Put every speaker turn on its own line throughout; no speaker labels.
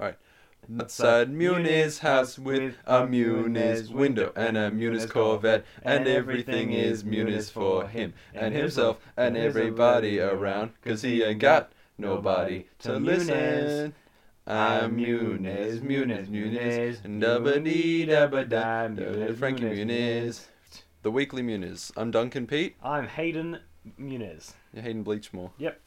All right. Outside Muniz house with a Muniz window and a Muniz Corvette, and everything is Muniz for him and himself and everybody around, cause he ain't got nobody to listen. I'm Muniz, Muniz, Muniz, and dabba dee dabba da,
Muniz,
Frankie
Muniz,
Muniz. The Weekly Muniz. I'm Duncan Pete,
I'm Hayden Muniz.
Hayden Bleachmore.
Yep.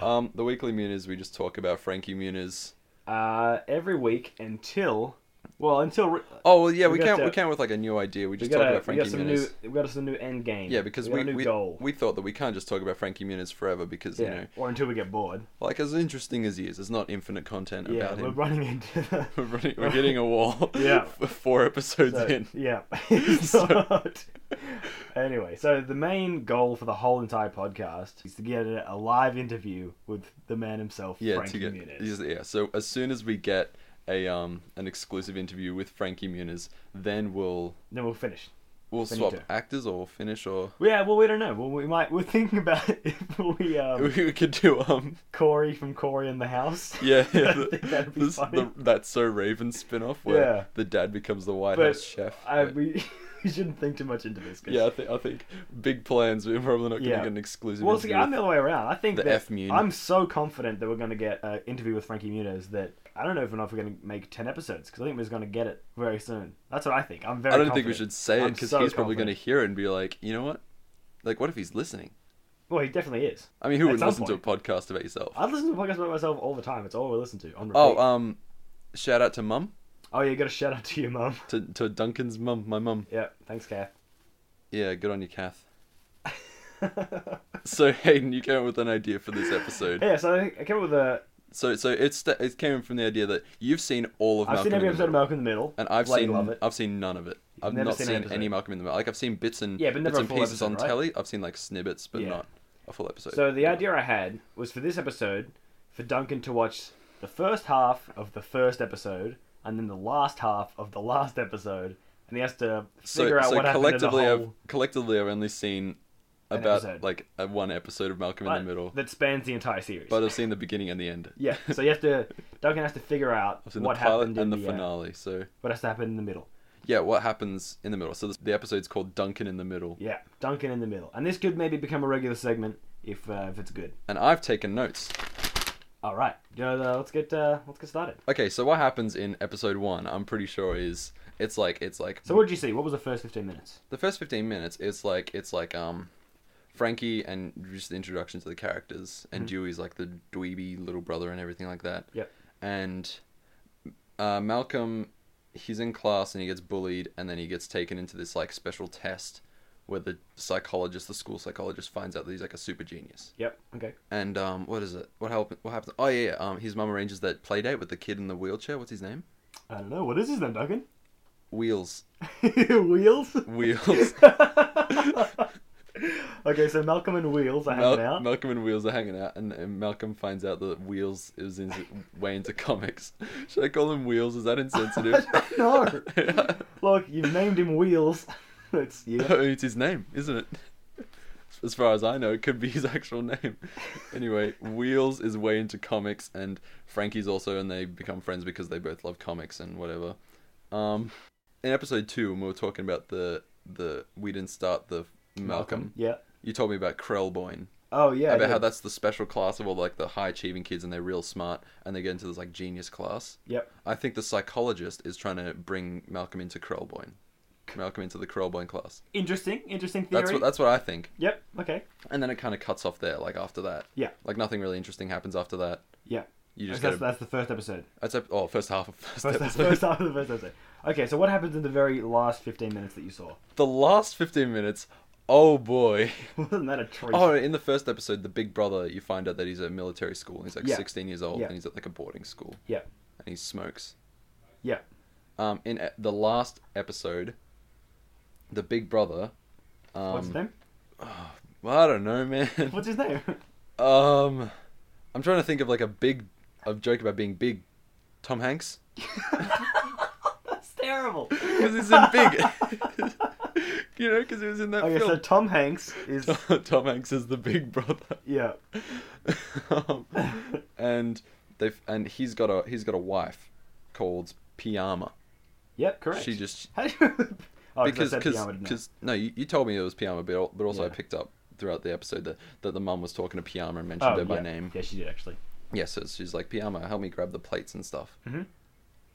Um, the Weekly Muniz, we just talk about Frankie Muniz.
Uh, every week until, well, until re-
Oh well, yeah,
We
we,
got
can't
to-
we can't with like a new idea. We
we
just
got,
talk
a,
about
we
Frankie
got some
Muniz.
new, we got us a new end game.
yeah, because
got
we
a new
we,
goal.
we thought that we can't just talk about Frankie Muniz forever because you
yeah,
know,
or until we get bored.
like as interesting as he is, there's not infinite content
Yeah,
about
we're
him.
running into the.
We're, running, we're getting a wall.
Yeah.
f- four episodes
so,
in.
Yeah.
So-
But- anyway, so the main goal for the whole entire podcast is to get a, a live interview with the man himself,
Yeah,
Frankie
to get
Muniz.
yes, yeah. So as soon as we get a um an exclusive interview with Frankie Muniz, then we'll
Then we'll finish.
we'll
Finito.
swap actors or finish or
Yeah, well, we don't know. Well, we might. We're thinking about if we um,
we could do um
Corey from Corey in the House.
yeah, yeah
I
the,
think that'd be
this-
funny.
the- that's so Raven spin off where
Yeah.
the dad becomes the White
But
House chef.
I,
Yeah.
we, we shouldn't think too much into this. 'cause-
Yeah, I, think I think big plans. We're probably not going to
Yeah.
get an exclusive.
Well, see,
interview
I'm
with-
the other way around. I think
the
that
F Mune.
I'm so confident that we're going to get an interview with Frankie Muniz that I don't know if we're not going to make ten episodes because I think we're going to get it very soon. That's what I think. I'm very.
I don't think we
confident.
should say it
I'm
because
so
he's probably going to
confident.
hear it and be like, you know what? Like, what if he's listening?
Well, he definitely is.
I mean, who
At
would
some
listen to a podcast about yourself?
I listen to podcasts about myself all the time. It's all I listen to on repeat.
oh, um, shout out to mum,
oh, you got a shout out to your mum.
to to Duncan's mum, my mum.
Yeah, thanks, Kath.
Yeah, good on you, Kath. So Hayden, you came up with an idea for this episode.
yeah, so I think- I came up with a.
So so it's st- it came from the idea that you've seen all of
I've
Malcolm
seen every
in the
episode of
Middle,
Malcolm in the Middle,
and I've
Bloody
seen
love it.
I've seen none of it. I've
Never
not
seen
seen,
an episode.
any Malcolm in the Middle. Like I've seen bits and
Yeah, but never
bits
a
and
full
pieces
episode,
on
right?
telly. I've seen like snippets, but
Yeah.
not a full episode.
So the idea I had was for this episode for Duncan to watch the first half of the first episode and then the last half of the last episode, and he has to
so,
figure out
so
what happened to the
collectively, I've
whole
collectively I've only seen
An
about
episode.
like a one episode of Malcolm
Right,
in the Middle,
that spans the entire series.
but uh, I've seen the beginning and the end.
yeah, so you have to Duncan has to figure out
I've seen
what
the pilot
happened in
and the,
the, uh,
finale. So
what has to happen in the middle.
yeah, what happens in the middle? So this, the episode's called Duncan in the Middle,
Yeah, Duncan in the middle, and this could maybe become a regular segment if uh, if it's good.
and I've taken notes.
All right, you know, uh, let's get uh, let's get started.
Okay, so what happens in episode one? I'm pretty sure is it's like it's like
So what did you see? What was the first fifteen minutes?
the first 15 minutes it's like it's like um frankie and just the introduction to the characters and dewey's like the dweeby little brother and everything like that
Yep.
and uh, malcolm he's in class and he gets bullied and then he gets taken into this like special test where the psychologist the school psychologist finds out that he's like a super genius
Yep. Okay.
and um what is it what help what happens oh yeah, yeah um his mum arranges that play date with the kid in the wheelchair what's his name
I don't know. What is his name, Duncan?
wheels
Wheels.
wheels
okay, so Malcolm and Wheels are
Mal-
hanging out.
Malcolm and Wheels are hanging out, and, and Malcolm finds out that Wheels is in, way into comics. Should I call him Wheels? Is that insensitive?
no, look, you've named him Wheels. That's yeah.
Oh, it's his name, isn't it? As far as I know, it could be his actual name. Anyway, Wheels is way into comics, and Frankie's also, and they become friends because they both love comics and whatever. Um, in episode two, when we were talking about the the we didn't start the Malcolm.
Yeah.
You told me about Krellboyne.
Oh yeah. I
about how
did.
that's the special class of all like the high achieving kids and they're real smart and they get into this like genius class.
Yep.
I think the psychologist is trying to bring Malcolm into Krellboyne. Malcolm into the Krellboyne class.
Interesting. Interesting theory.
That's what that's what I think.
Yep. Okay.
And then it kind of cuts off there like after that.
Yeah.
Like nothing really interesting happens after that.
Yeah.
You
That's,
just get a,
that's the first episode.
that's a, oh first half of first,
First,
episode.
first half of the first episode. Okay, so what happens in the very last fifteen minutes that you saw?
The last 15 minutes. Oh boy.
Wasn't that a treat?
Oh, in the first episode, the big brother, you find out that he's at military school. He's like
Yeah.
16 years old
Yeah.
and he's at like a boarding school
Yeah.
and he smokes.
Yeah.
um, in e- the last episode, the Big Brother. Um,
What's his name?
well, I don't know, man.
What's his name?
Um, I'm trying to think of like a big, a joke about being big. Tom Hanks,
that's terrible.
because he's in Big. you know, because he was in that
Okay, Oh, so
film.
Tom Hanks is
Tom, Tom Hanks is the Big Brother,
yeah.
um, and they've and he's got a he's got a wife, called Pyama.
Yep, correct.
She just
How do you... Oh,
because
I said
cause,
pyjama, didn't I?
cause, no, you, you told me it was Pyama, but al- but also I
Yeah.
picked up throughout the episode that, that the mum was talking to Pyama and mentioned her by
Oh, yeah.
name.
Yeah, she did actually.
Yeah, so she's like Pyama, help me grab the plates and stuff.
Mhm.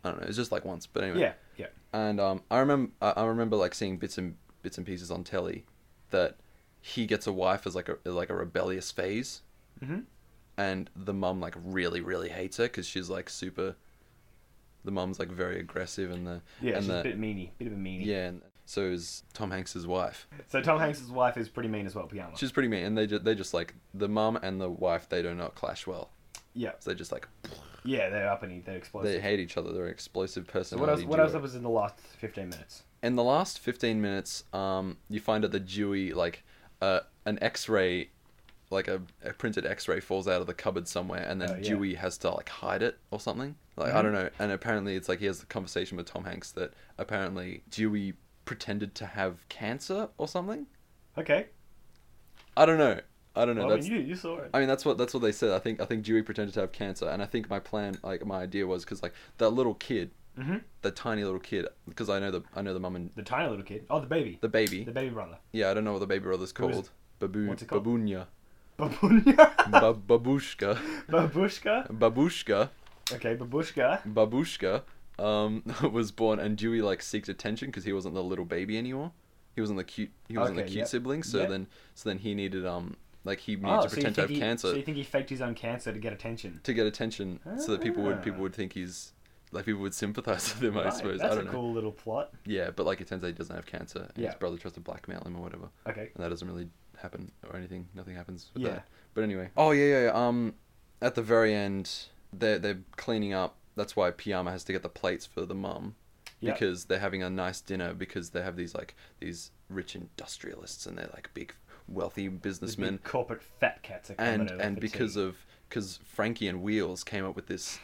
I don't know. It's just like once, but anyway.
Yeah, yeah.
and um, I remember I I remember like seeing bits and bits and pieces on telly that he gets a wife as like a as, like a rebellious phase,
Mhm.
and the mum like really really hates her because she's like super. The mum's like very aggressive and the
Yeah,
and
she's
the
a bit meany, bit of a meanie.
yeah. And so is Tom Hanks's wife.
So Tom Hanks' wife is pretty mean as well, Pyjama.
She's pretty mean, and they just, they just like the mum and the wife. They do not clash well.
Yeah,
So they just like
yeah, they're up and they're explosive.
they hate each other. They're an explosive
so what else?
personality.
What else
duo.
was in the last fifteen minutes?
in the last 15 minutes um, you find out that dewey like uh, an x-ray like a, a printed x-ray falls out of the cupboard somewhere and then
Oh, yeah.
dewey has to like hide it or something like i
Mhm.
don't know and apparently it's like he has a conversation with tom hanks that apparently dewey pretended to have cancer or something
Okay.
i don't know i don't know
Well, I mean,
that's
you you saw it.
I mean that's what that's what they said. I think I think Dewey pretended to have cancer, and I think my plan, like my idea, was because like that little kid,
hmm
that tiny little kid, because I know the I know the mum and
The tiny little kid. Oh, the baby.
the baby,
The baby brother.
Yeah, I don't know what the baby brother's
Who is-
called. Babu-
what's it called?
Babunya.
Babunya.
ba- babushka.
Babushka.
Babushka.
Okay, babushka.
Babushka um, was born, and Dewey, like, seeks attention because he wasn't the little baby anymore. He wasn't the cute, he wasn't the
Okay,
cute
yep.
sibling, so
Yep.
then so then he needed, um, like, he needed
Oh,
to
so you
pretend to
think
have
he,
cancer
so you think he faked his own cancer to get attention?
to get attention so that people would, people
Ah.
would think he's, like, people would sympathize with him, I
Right,
suppose.
That's
I don't know.
a cool little plot.
Yeah, but, like, it turns out he doesn't have cancer, and his
Yeah.
brother tries to blackmail him or whatever.
Okay.
and that doesn't really happen or anything. Nothing happens with
Yeah.
that. But anyway. Oh yeah, yeah, yeah. Um, at the very end, they're they're cleaning up. That's why Piyama has to get the plates for the mum
Yeah.
because they're having a nice dinner because they have these like these rich industrialists and they're like big wealthy
These
businessmen
big corporate fat cats are coming
and
over
and
for
because
tea.
of because Frankie and Wheels came up with this.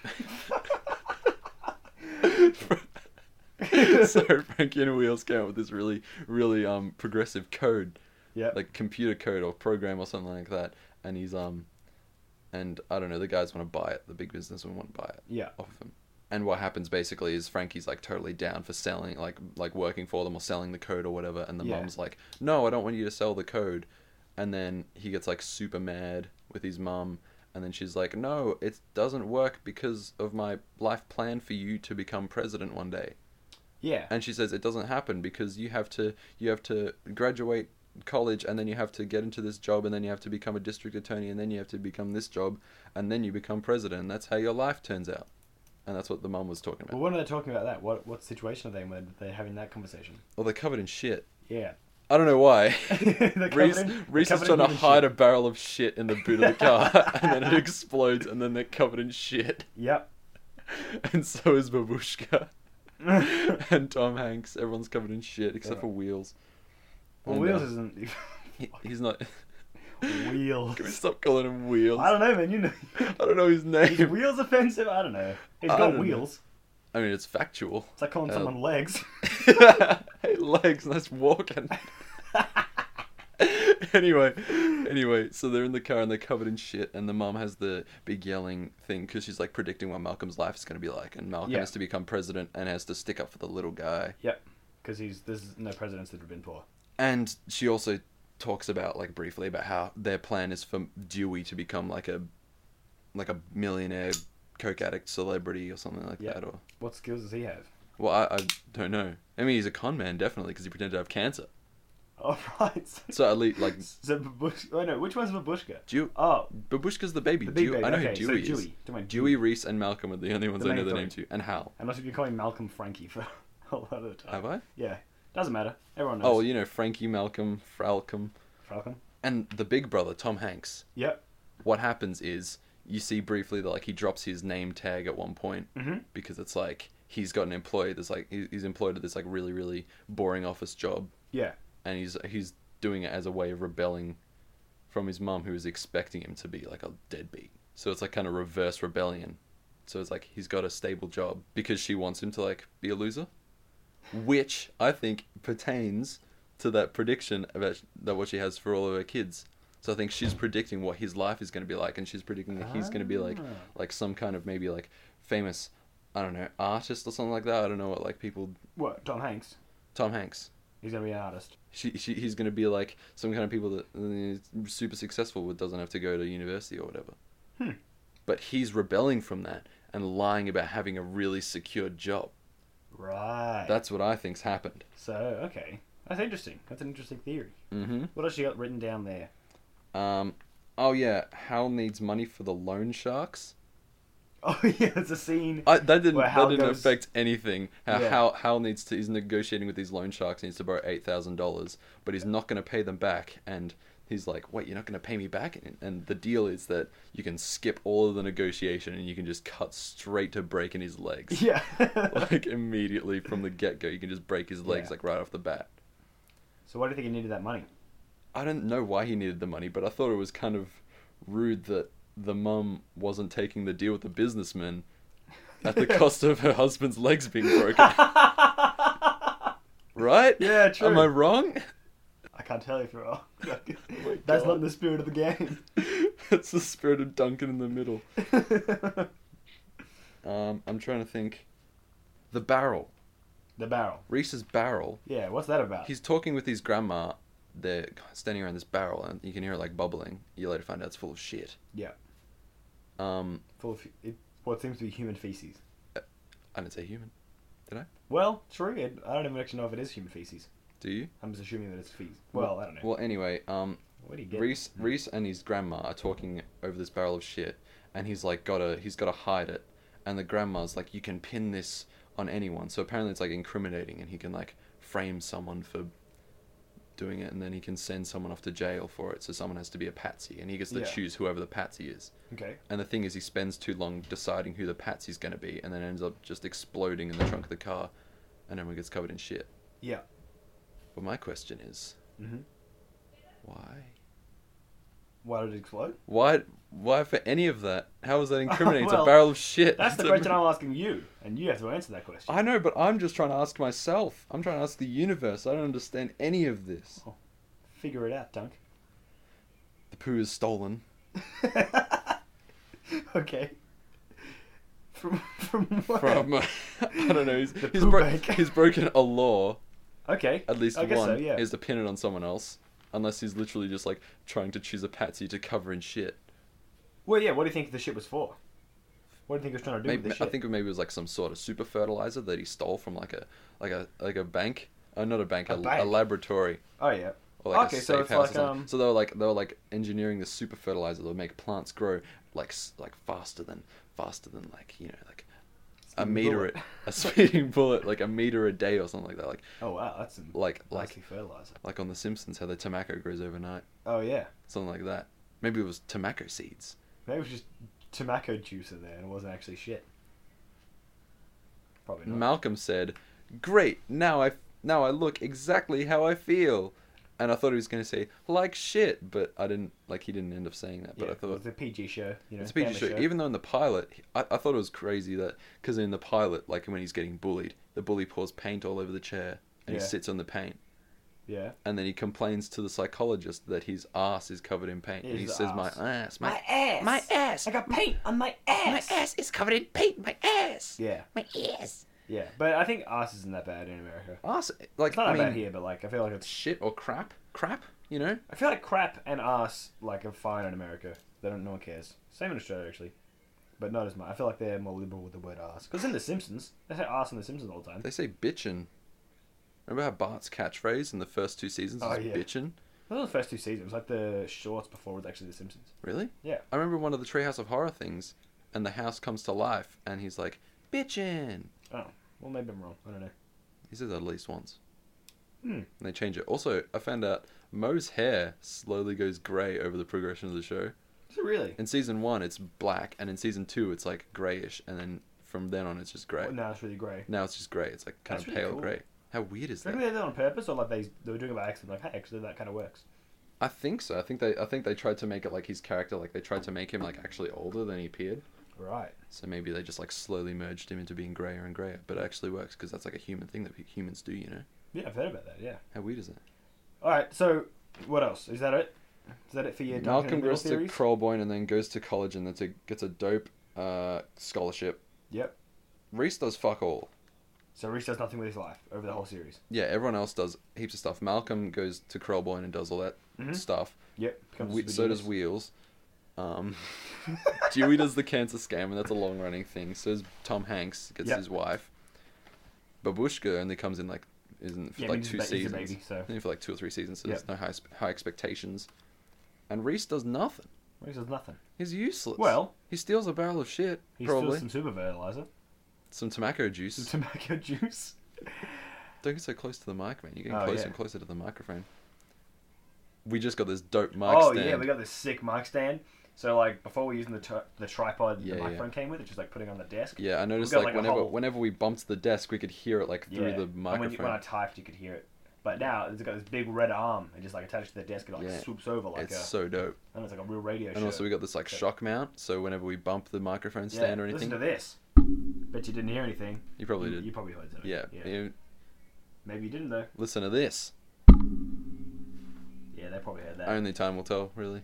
so Frankie and Wheels came up with this really really um progressive code
yeah,
like computer code or program or something like that, and he's um, and I don't know, the guys want to buy it, the big businessmen want to buy it
yeah,
off of him. And what happens basically is Frankie's like totally down for selling, like like working for them or selling the code or whatever, and the
Yeah.
mum's like, no, I don't want you to sell the code, and then he gets like super mad with his mum. And then she's like, "No, it doesn't work because of my life plan for you to become president one day."
yeah.
and she says it doesn't happen because you have to you have to graduate college and then you have to get into this job and then you have to become a district attorney and then you have to become this job and then you become president and that's how your life turns out and that's what the mum was talking
Well,
about
when are they talking about that? What what situation are they in when they're having that conversation?
well they're covered in shit
Yeah.
i don't know why
They're
reese,
covered in-
reese
they're
is
covered
trying
in
to
human
hide
shit.
a barrel of shit in the boot of the car and then it explodes and then they're covered in shit
Yep.
and so is babushka and tom hanks everyone's covered in shit except for wheels And,
Well, Wheels
uh,
isn't.
he- he's not
Wheels.
Can we stop calling him Wheels?
I don't know, man. You know.
I don't know his
Is
name.
wheels offensive? I don't know. He's
I
got
don't
wheels.
I mean, it's factual.
It's like calling
Uh,
someone legs.
hey, legs, nice walking. anyway, anyway, so they're in the car and they're covered in shit, and the mum has the big yelling thing because she's like predicting what Malcolm's life is going to be like, and Malcolm
Yeah.
has to become president and has to stick up for the little guy.
yep. Because he's there's no presidents that have been poor.
And she also talks about like briefly about how their plan is for Dewey to become like a like a millionaire coke addict celebrity or something like
Yeah.
that, or
What skills does he have?
Well, I, I don't know. I mean, he's a con man, definitely, because he pretended to have cancer.
Oh right. So,
So at least, like,
Babushka. Oh no, which one's Babushka?
Dew-
Oh,
Babushka's the baby.
the big
Dew-
baby.
I know
okay,
who Dewey
so
is.
Dewey. Dewey.
Dewey, Reese, and Malcolm are the only ones
The
I know
main
the
three.
name to. And Hal.
Unless you're calling Malcolm Frankie for a lot of the time.
Have I?
Yeah. Doesn't matter. Everyone knows.
Oh, well, you know, Frankie, Malcolm, Fralcom.
Falcon.
And the big brother, Tom Hanks.
Yep.
What happens is, you see briefly that, like, he drops his name tag at one point,
Mhm.
because it's like, he's got an employee that's, like, he- he's employed at this, like, really, really boring office job.
Yeah.
and he's he's doing it as a way of rebelling from his mum who is expecting him to be like a deadbeat. So it's like kind of reverse rebellion. So it's like he's got a stable job because she wants him to like be a loser, which I think pertains to that prediction about that what she has for all of her kids. So I think she's predicting what his life is going to be like, and she's predicting that he's going to be like
Ah.
like some kind of maybe like famous I don't know, artist or something like that. I don't know what like people.
What? Tom Hanks.
Tom Hanks.
He's gonna be an artist.
She, she, he's gonna be like some kind of people that is super successful but doesn't have to go to university or whatever.
Hmm.
But he's rebelling from that and lying about having a really secure job.
Right.
That's what I think's happened.
so okay. That's interesting. That's an interesting theory.
Mm-hmm.
What else you got written down there?
Um, oh yeah, Hal needs money for the loan sharks.
Oh yeah, it's a scene.
I, that didn't
Where
that
Hal
didn't
goes-
affect anything. How
Yeah.
Hal, Hal needs to he's negotiating with these loan sharks. Needs to borrow eight thousand dollars, but he's not going to pay them back. And he's like, "Wait, you're not going to pay me back?" And, and the deal is that you can skip all of the negotiation and you can just cut straight to breaking his legs.
Yeah.
like immediately from the get go, you can just break his legs
Yeah.
like right off the bat.
so why do you think he needed that money?
I don't know why he needed the money, but I thought it was kind of rude that the mum wasn't taking the deal with the businessman at the cost of her husband's legs being broken. right?
Yeah, true.
Am I wrong?
I can't tell you if you're wrong.
Oh my
That's
God.
not the spirit of the game.
That's the spirit of Duncan in the middle. Um, I'm trying to think. The barrel.
the barrel.
Reese's barrel.
Yeah, what's that about?
He's talking with his grandma. They're standing around this barrel, and you can hear it like bubbling. You later find out it's full of shit.
Yeah.
Um,
Full of it, what seems to be human feces.
I didn't say human.
Well, true. It, I don't even actually know if it is human feces.
Do you?
I'm just assuming that it's feces. Well, I don't know.
Well, anyway, um,
Where do you get?
Reese, Reese, and his grandma are talking over this barrel of shit, and he's like, gotta, he's gotta hide it, and the grandma's like, you can pin this on anyone. So apparently, it's like incriminating, and he can like frame someone for doing it, and then he can send someone off to jail for it. So someone has to be a patsy, and he gets to
Yeah.
choose whoever the patsy is.
Okay.
And the thing is, he spends too long deciding who the patsy's gonna be, and then ends up just exploding in the trunk of the car, and everyone gets covered in shit.
Yeah.
But my question is,
Mm-hmm.
why?
Why did it explode?
Why? Why for any of that? How is that incriminating? it's
well,
a barrel of shit.
That's the
It's a-
question I'm asking you, and you have to answer that question.
I know, but I'm just trying to ask myself. I'm trying to ask the universe. I don't understand any of this.
Figure it out, Dunk.
The poo is stolen.
okay. From from what?
From uh, I don't know. He's,
The
he's,
poo
bro-
bank.
he's broken a law.
okay.
At least
I
one
guess so, yeah.
is to pin it on someone else, unless he's literally just like trying to choose a patsy to cover in shit.
Well, yeah. What do you think the shit was for? What do you think it was trying to do
Maybe,
with the
I
shit?
think maybe it was like some sort of super fertilizer that he stole from like a like a like a bank. Uh, not a bank,
A
a, a
bank?
laboratory.
Oh yeah.
Or like
Okay,
a
so
safe
it's
house. or
like,
something.
um,
So they were like they were like engineering the super fertilizer that would make plants grow like s- like faster than faster than like you know like a
Speeding
meter
bullet.
a, a speeding bullet like a meter a day or something like that like
Oh wow, that's some
like
nasty
like
fertilizer.
like on The Simpsons how the tobacco grows overnight
Oh yeah.
something like that. Maybe it was tobacco seeds.
Maybe it was just tobacco juice in there, and it wasn't actually shit. Probably not.
Malcolm said, "Great, now I now I look exactly how I feel." And I thought he was going to say like shit, but I didn't like he didn't end up saying that. But
Yeah,
I thought
it's a PG show. You know,
It's a PG
family
show. Even though in the pilot, I, I thought it was crazy that because in the pilot, like when he's getting bullied, the bully pours paint all over the chair and
Yeah.
he sits on the paint,
yeah.
and then he complains to the psychologist that his ass is covered in paint, and he
His
says, "My
arse.
ass, my,
My ass.
my ass,
I got paint on my ass.
my ass is covered in paint, my ass,
Yeah.
My ears.
Yeah. But I think ass isn't that bad in America.
ass." Like
It's not
I
that
mean,
bad here, but like I feel like it's.
shit or crap, crap. You know,
I feel like crap and ass like are fine in America. They don't. No one cares. Same in Australia actually, but not as much. I feel like they're more liberal with the word ass. Because in The Simpsons, they say ass in The Simpsons all the time.
they say bitchin'. Remember how Bart's catchphrase in the first two seasons
Oh,
was
yeah.
bitchin'?
Those were the first two seasons. It was like the shorts before it was actually The Simpsons.
Really?
Yeah.
I remember one of the Treehouse of Horror things, and the house comes to life, and he's like, bitchin'.
Oh, well maybe I'm wrong. I don't know.
He says that at least once.
Hmm.
And they change it. Also, I found out Moe's hair slowly goes grey over the progression of the show.
Is it really?
In season one, it's black, and in season two, it's like greyish, and then from then on, it's just grey.
Well, no, it's really grey.
Now it's just grey. It's like kind
That's
of
really
pale
cool.
grey. How weird is
Do you
that?
reckon they did it on purpose, or like they they were doing it by accident? Like, hey, actually, that kind of works.
I think so. I think they I think they tried to make it like his character. Like they tried to make him like actually older than he appeared.
Right.
So maybe they just like slowly merged him into being greyer and greyer. But it actually works because that's like a human thing that humans do. You know?
Yeah, I've heard about that. Yeah.
How weird is that?
All right. So, what else? Is that it? Is that it for your Duncan
Malcolm
and Middle
goes to
theories?
Krellboyne and then goes to college and that's a, gets a dope uh, scholarship.
Yep.
Reese does fuck all.
So Reese does nothing with his life over the whole series.
Yeah, everyone else does heaps of stuff. Malcolm goes to Krellboyne and does all that
Mhm.
stuff.
Yep. becomes
We,
Super
so does
Genius.
Wheels. Um, Dewey does the cancer scam, and that's a long running thing. So does Tom Hanks gets
Yep.
his wife. Babushka only comes in like isn't for
Yeah, I mean,
like
he's a
two
ba- he's a
seasons.
baby, so-
Only for like two or three seasons, so
Yep.
there's no high sp- high expectations. And Reese does nothing.
Reese does nothing.
He's useless.
Well-
he steals a barrel of shit.
He
probably
steals some super fertilizer,
some tobacco juice.
some tobacco juice.
Don't get so close to the mic, man. You're getting
Oh,
closer
yeah.
and closer to the microphone. We just got this dope mic
oh
stand.
yeah, we got this sick mic stand. So like before we using the tri- the tripod
Yeah,
the
yeah.
microphone came with, it's just like putting on the desk.
Yeah, I noticed
got,
like,
like, a
whenever
hole.
whenever we bumped the desk, we could hear it like through
Yeah.
the
And when, you,
microphone.
when I typed, you could hear it. But now it's got this big red arm. It just like attached to the desk. It like
Yeah.
swoops over like uh,
it's
a.
so dope.
and it's like a real radio
And also we got this like
Okay.
shock mount, so whenever we bump the microphone
Yeah,
stand or anything,
Listen to this. Bet you didn't hear anything.
you probably
You-
did.
You probably heard something.
yeah. you-
Maybe you didn't though.
Listen to this.
Yeah, they probably heard that.
Only time will tell, really.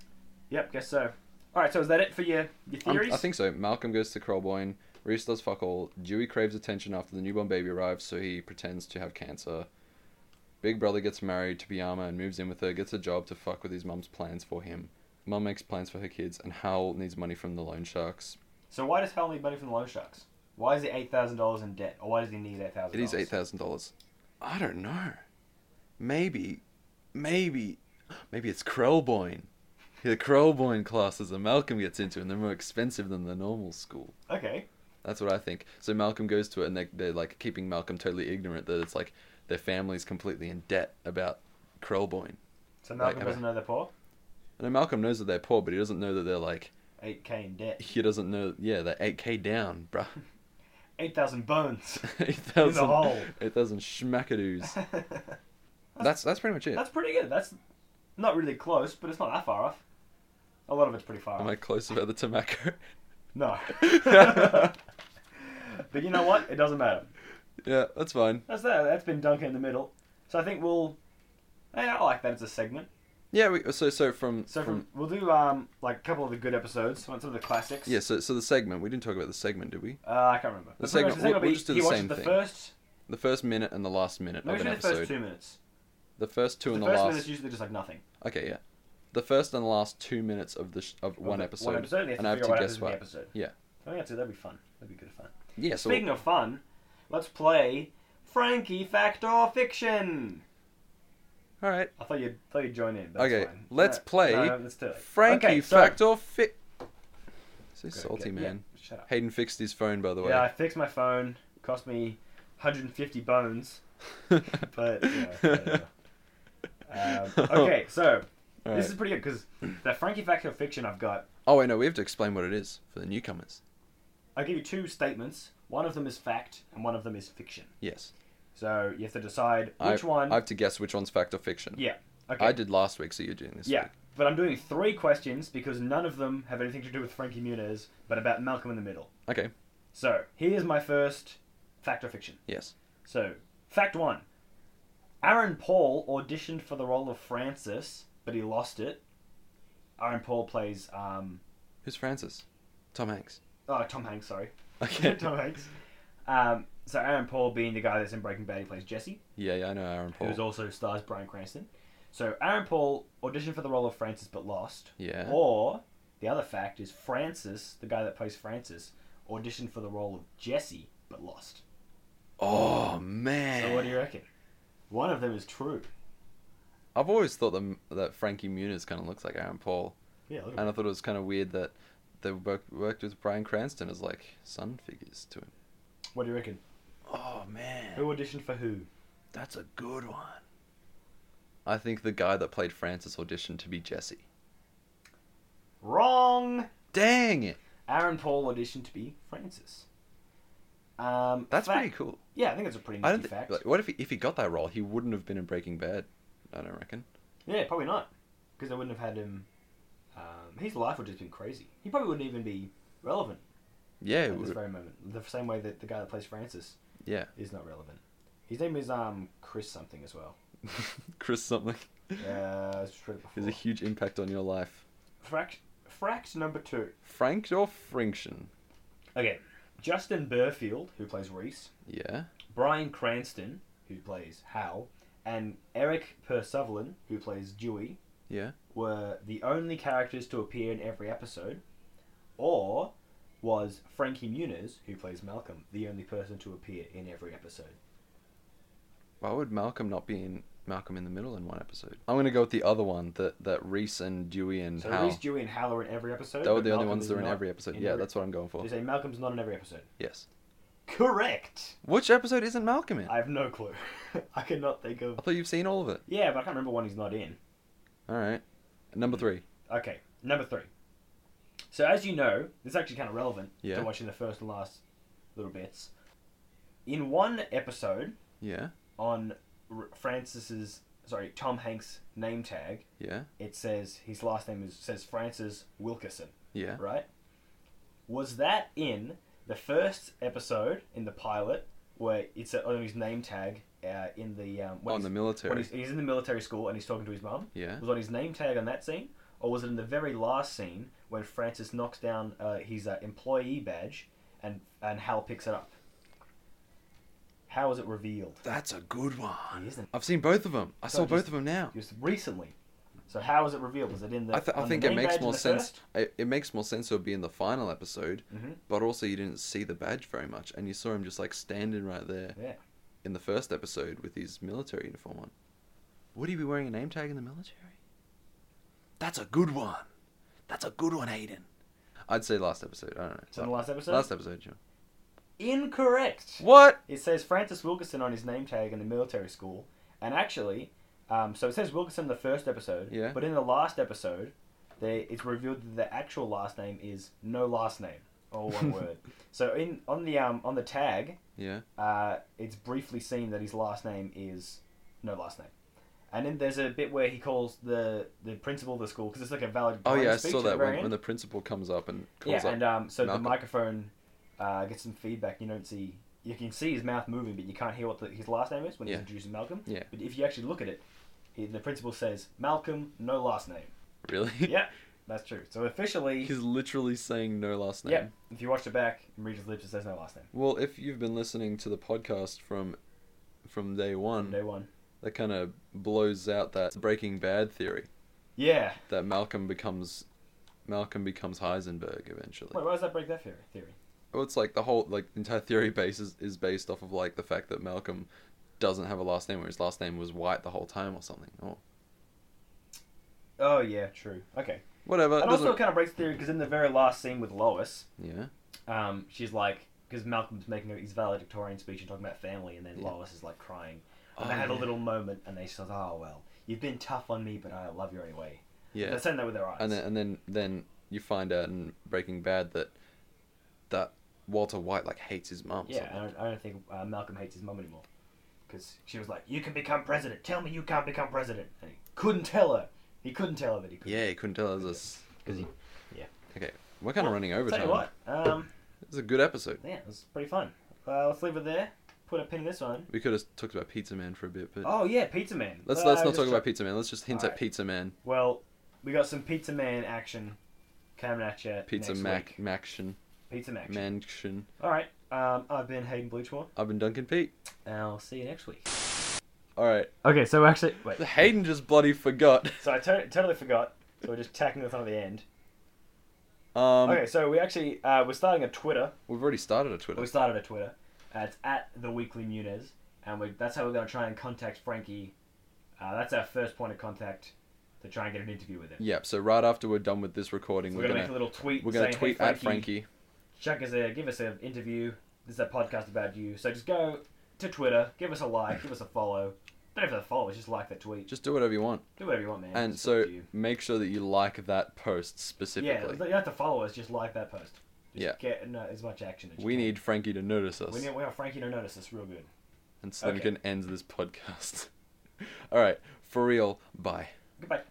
Yep, guess so. All right, so is that it for your your
Um,
theories?
I think so. Malcolm goes to Krellboyne. Reese does fuck all. Dewey craves attention after the newborn baby arrives, so he pretends to have cancer. Big brother gets married to Piyama and moves in with her, gets a job to fuck with his mum's plans for him. Mum makes plans for her kids, and Hal needs money from the loan sharks.
So why does Hal need money from the loan sharks? Why is he eight thousand dollars in debt, or why does he need eight thousand?
It is eight thousand dollars. I don't know. Maybe, maybe, maybe it's Krellboyne. The Krellboyne classes that Malcolm gets into, and they're more expensive than the normal school.
Okay.
That's what I think. So Malcolm goes to it, and they they're like keeping Malcolm totally ignorant that it's like their family's completely in debt about Krellboyne.
So
Like,
Malcolm
am I-
doesn't know they're poor.
And Malcolm knows that they're poor, but he doesn't know that they're like
Eight k in debt.
he doesn't know. Yeah, they're eight k down, bruh.
Eight thousand bones.
eight thousand.
hole.
Eight thousand schmackadoos. That's that's pretty much it.
That's pretty good. That's not really close, but it's not that far off. A lot of it's pretty far
Am
off.
I close about the tobacco?
No. but you know what? It doesn't matter.
Yeah, that's fine.
That's that. That's been Duncan in the middle. So I think we'll. eh, I like that it's a segment.
Yeah, we, so so from
So
from
from, we'll do um like a couple of the good episodes, some of the classics.
yeah, so so the segment we didn't talk about the segment, did we?
Uh, I can't remember.
The
But pretty much
segment- we'll-
will be
we'll just do
he
the
watches
same
the
thing.
First,
The first minute and the last minute
no,
of
we
an
should do the
episode.
first two minutes.
The first two
the
and the
first
last.
minute's usually just like nothing.
Okay, yeah. The first and last two minutes of the sh- of
Well,
one
the-
episode,
One episode. And, they have
and
to
I have
figure
to
out what
guess
happens in the
what.
episode.
Yeah.
I think that's it. That'd be fun. That'd be good fun.
Yeah. So
Speaking of fun, let's play Frankie Fact or Fiction.
all right,
I thought you'd thought you'd join in. But that's
Okay,
fine.
let's
No,
play
no, no, let's do it.
Frankie
Okay, so-
fact or fit. So
Go,
salty
go- yeah,
man.
shut up.
Hayden fixed his phone, by the way.
Yeah, I fixed my phone. Cost me 150 bones. But yeah, whatever. um, okay, so
All right.
this is pretty good because the Frankie Fact or Fiction I've got.
Oh wait, no, we have to explain what it is for the newcomers.
I give you two statements. One of them is fact, and one of them is fiction.
Yes.
So you have to decide
I-
which one.
I have to guess which one's fact or fiction.
Yeah. Okay.
I did last week, so you're doing this
Yeah,
week.
but I'm doing three questions because none of them have anything to do with Frankie Muniz, but about Malcolm in the Middle.
Okay.
So here's my first fact or fiction.
Yes.
So fact one: Aaron Paul auditioned for the role of Francis, but he lost it. Aaron Paul plays um,
Who's Francis? Tom Hanks.
oh Tom Hanks. Sorry,
Okay.
Tom Hanks. Um, so Aaron Paul, being the guy that's in Breaking Bad, he plays Jesse.
Yeah, yeah, I know Aaron Paul.
who's also stars Brian Cranston. So Aaron Paul auditioned for the role of Francis but lost.
Yeah.
Or the other fact is Francis, the guy that plays Francis, auditioned for the role of Jesse but lost.
Oh man.
So what do you reckon? One of them is true.
I've always thought that that Frankie Muniz kind of looks like Aaron Paul,
Yeah. Look at
and I thought it was kind of weird that they work, worked with Brian Cranston as like son figures to him.
What do you reckon?
Oh man,
Who auditioned for who?
that's a good one. I think the guy that played Francis auditioned to be Jesse.
Wrong.
Dang it,
Aaron Paul auditioned to be Francis. Um,
that's
fact-
pretty cool.
Yeah, I think it's a pretty
I
nifty
don't. Thi-
fact.
like, what if he, if he got that role, he wouldn't have been in Breaking Bad. I don't reckon.
Yeah, probably not, because they wouldn't have had him. Um, his life would have just been crazy. He probably wouldn't even be relevant.
Yeah, it
at this
would-
very moment. The same way that the guy that plays Francis
yeah.
is not relevant. His name is um Chris something as well.
Chris something
Uh, I was just read it
is
before.
a huge impact on your life.
Fract, fract number two.
Frank or Frinction?
Okay, Justin Burfield, who plays Reese,
Yeah.
Brian Cranston, who plays Hal, and Eric Persuvlin, who plays Dewey,
Yeah.
were the only characters to appear in every episode, or was Frankie Muniz, who plays Malcolm, the only person to appear in every episode?
Why would Malcolm not be in Malcolm in the Middle in one episode? I'm gonna go with the other one that that Reese and Dewey and
So
Hal.
Reese, Dewey, and Hal are in every episode.
They were
but
the only
Malcolm
ones
is
that were in
not
every episode.
in
Yeah,
every-
that's what I'm going for.
They say Malcolm's not in every episode.
Yes.
Correct.
Which episode isn't Malcolm in?
I have no clue. I cannot think of.
I thought you've seen all of it.
Yeah, but I can't remember one he's not in.
All right. Number
Hmm.
three.
Okay, number three. So as you know, this is actually kind of relevant
Yeah.
to watching the first and last little bits. In one episode
Yeah.
on R- Francis's sorry Tom Hanks' name tag,
Yeah.
it says his last name is says Francis Wilkerson,
Yeah.
right? Was that in the first episode in the pilot where it's uh, on his name tag uh, in the um, when
On the
he's-
military.
when he's, he's in the military school and he's talking to his mum?
Yeah.
was on his name tag on that scene, or was it in the very last scene when Francis knocks down uh, his uh, employee badge and and Hal picks it up? How was it revealed?
That's a good one.
Isn't it?
I've seen both of them. I
So
saw both
just-
of them now.
Just recently. So how was it revealed? Was it in the?
I, th- I
on the
think it
name badge
makes
in
more
the
sense.
first?
It, it makes more sense it would be in the final episode,
Mhm.
but also you didn't see the badge very much, and you saw him just like standing right there
Yeah.
in the first episode with his military uniform on. Would he be wearing a name tag in the military? That's a good one. That's a good one, Aiden. I'd say last episode. I don't know.
So in the last episode.
Last episode, sure.
Incorrect.
What?
It says Francis Wilkerson on his name tag in the military school, and actually, um, so it says Wilkerson in the first episode.
Yeah.
But in the last episode, they it's revealed that the actual last name is no last name, all one word. So in on the um on the tag,
Yeah.
uh, it's briefly seen that his last name is no last name. And then there's a bit where he calls the, the principal of the school because it's like a valid.
Oh
blind
yeah, I
speech
saw
at the
that
very
when,
end
when the principal comes up and calls
yeah,
up.
and um, so
Malcolm.
the microphone uh, gets some feedback. You don't see, you can see his mouth moving, but you can't hear what the, his last name is when
Yeah.
he's introducing Malcolm.
Yeah.
But if you actually look at it, he, the principal says Malcolm, no last name.
really?
yeah, that's true. So officially,
He's literally saying no last name.
yeah. If you watch it back and read his lips, it says no last name.
Well, if you've been listening to the podcast from from day one,
Day one.
that kind of blows out that Breaking Bad theory
Yeah.
that Malcolm becomes Malcolm becomes Heisenberg eventually.
Wait, why does that break that theory? Theory.
Well, it's like the whole like the entire theory base is, is based off of like the fact that Malcolm doesn't have a last name, or his last name was White the whole time, or something. Oh,
Oh yeah, true. Okay.
whatever. it
and
doesn't-
also, it kind of breaks the theory because in the very last scene with Lois,
yeah,
um, she's like, because Malcolm's making his valedictorian speech and talking about family, and then
Yeah.
Lois is like crying.
Oh,
And they have
yeah.
a little moment, and they says, "Oh well, you've been tough on me, but I love you anyway."
Oh, yeah.
They're saying that with their eyes.
and then and then then you find out in Breaking Bad that that Walter White like hates his mum. or
yeah, I
something.
don't, I don't think uh, Malcolm hates his mum anymore, because she was like, "You can become president. Tell me you can't become president." And he couldn't tell her. He couldn't tell her that he could.
yeah. He couldn't tell us this.
because he.
Okay, we're kind of
Well,
running
Tell
over
you
time.
what, um,
It's a good episode.
yeah, it was pretty fun. Uh, let's leave it there. Put a pin in this one.
We could have talked about Pizza Man for a bit, but
Oh yeah, Pizza Man.
let's
Uh,
let's not
just
talk
try-
about Pizza Man. Let's just hint at
Alright.
Pizza Man,
Well, we got some Pizza Man action coming at you.
Pizza
next
Mac
Week.
Maction
Pizza Mac.
Mansion.
All right. Um, I've been Hayden Bluchmore,
I've been Duncan Pete.
and I'll see you next week.
All right,
Okay, so actually, wait.
the Hayden just bloody forgot.
So I to- totally forgot. So we're just tacking this on at the end.
Um,
okay, so we actually uh, we're starting a Twitter.
we've already started a Twitter.
We started a Twitter. Uh, it's at the Weekly Muniz, and we that's how we're gonna try and contact Frankie. Uh, that's our first point of contact to try and get an interview with him.
Yep. So right after we're done with this recording,
So
we're, gonna
make a little tweet.
we're gonna
saying, "Hey,
tweet at Frankie.
check us out, give us an interview. This is a podcast about you. So just go to Twitter, give us a like, give us a follow. Don't have to follow, just like the tweet. Just
Just do whatever you want,
do whatever you want, man.
and
It's up
so
to you.
make sure that you like that post
yeah,
specifically.
you don't have to follow us, just like that post. Just
Yeah.
Get no, as much action as you
we
can.
need Frankie to notice us,
We need. We want Frankie to notice us real good.
and so then we
Okay.
can end this podcast. All right, for real. Bye.
Goodbye.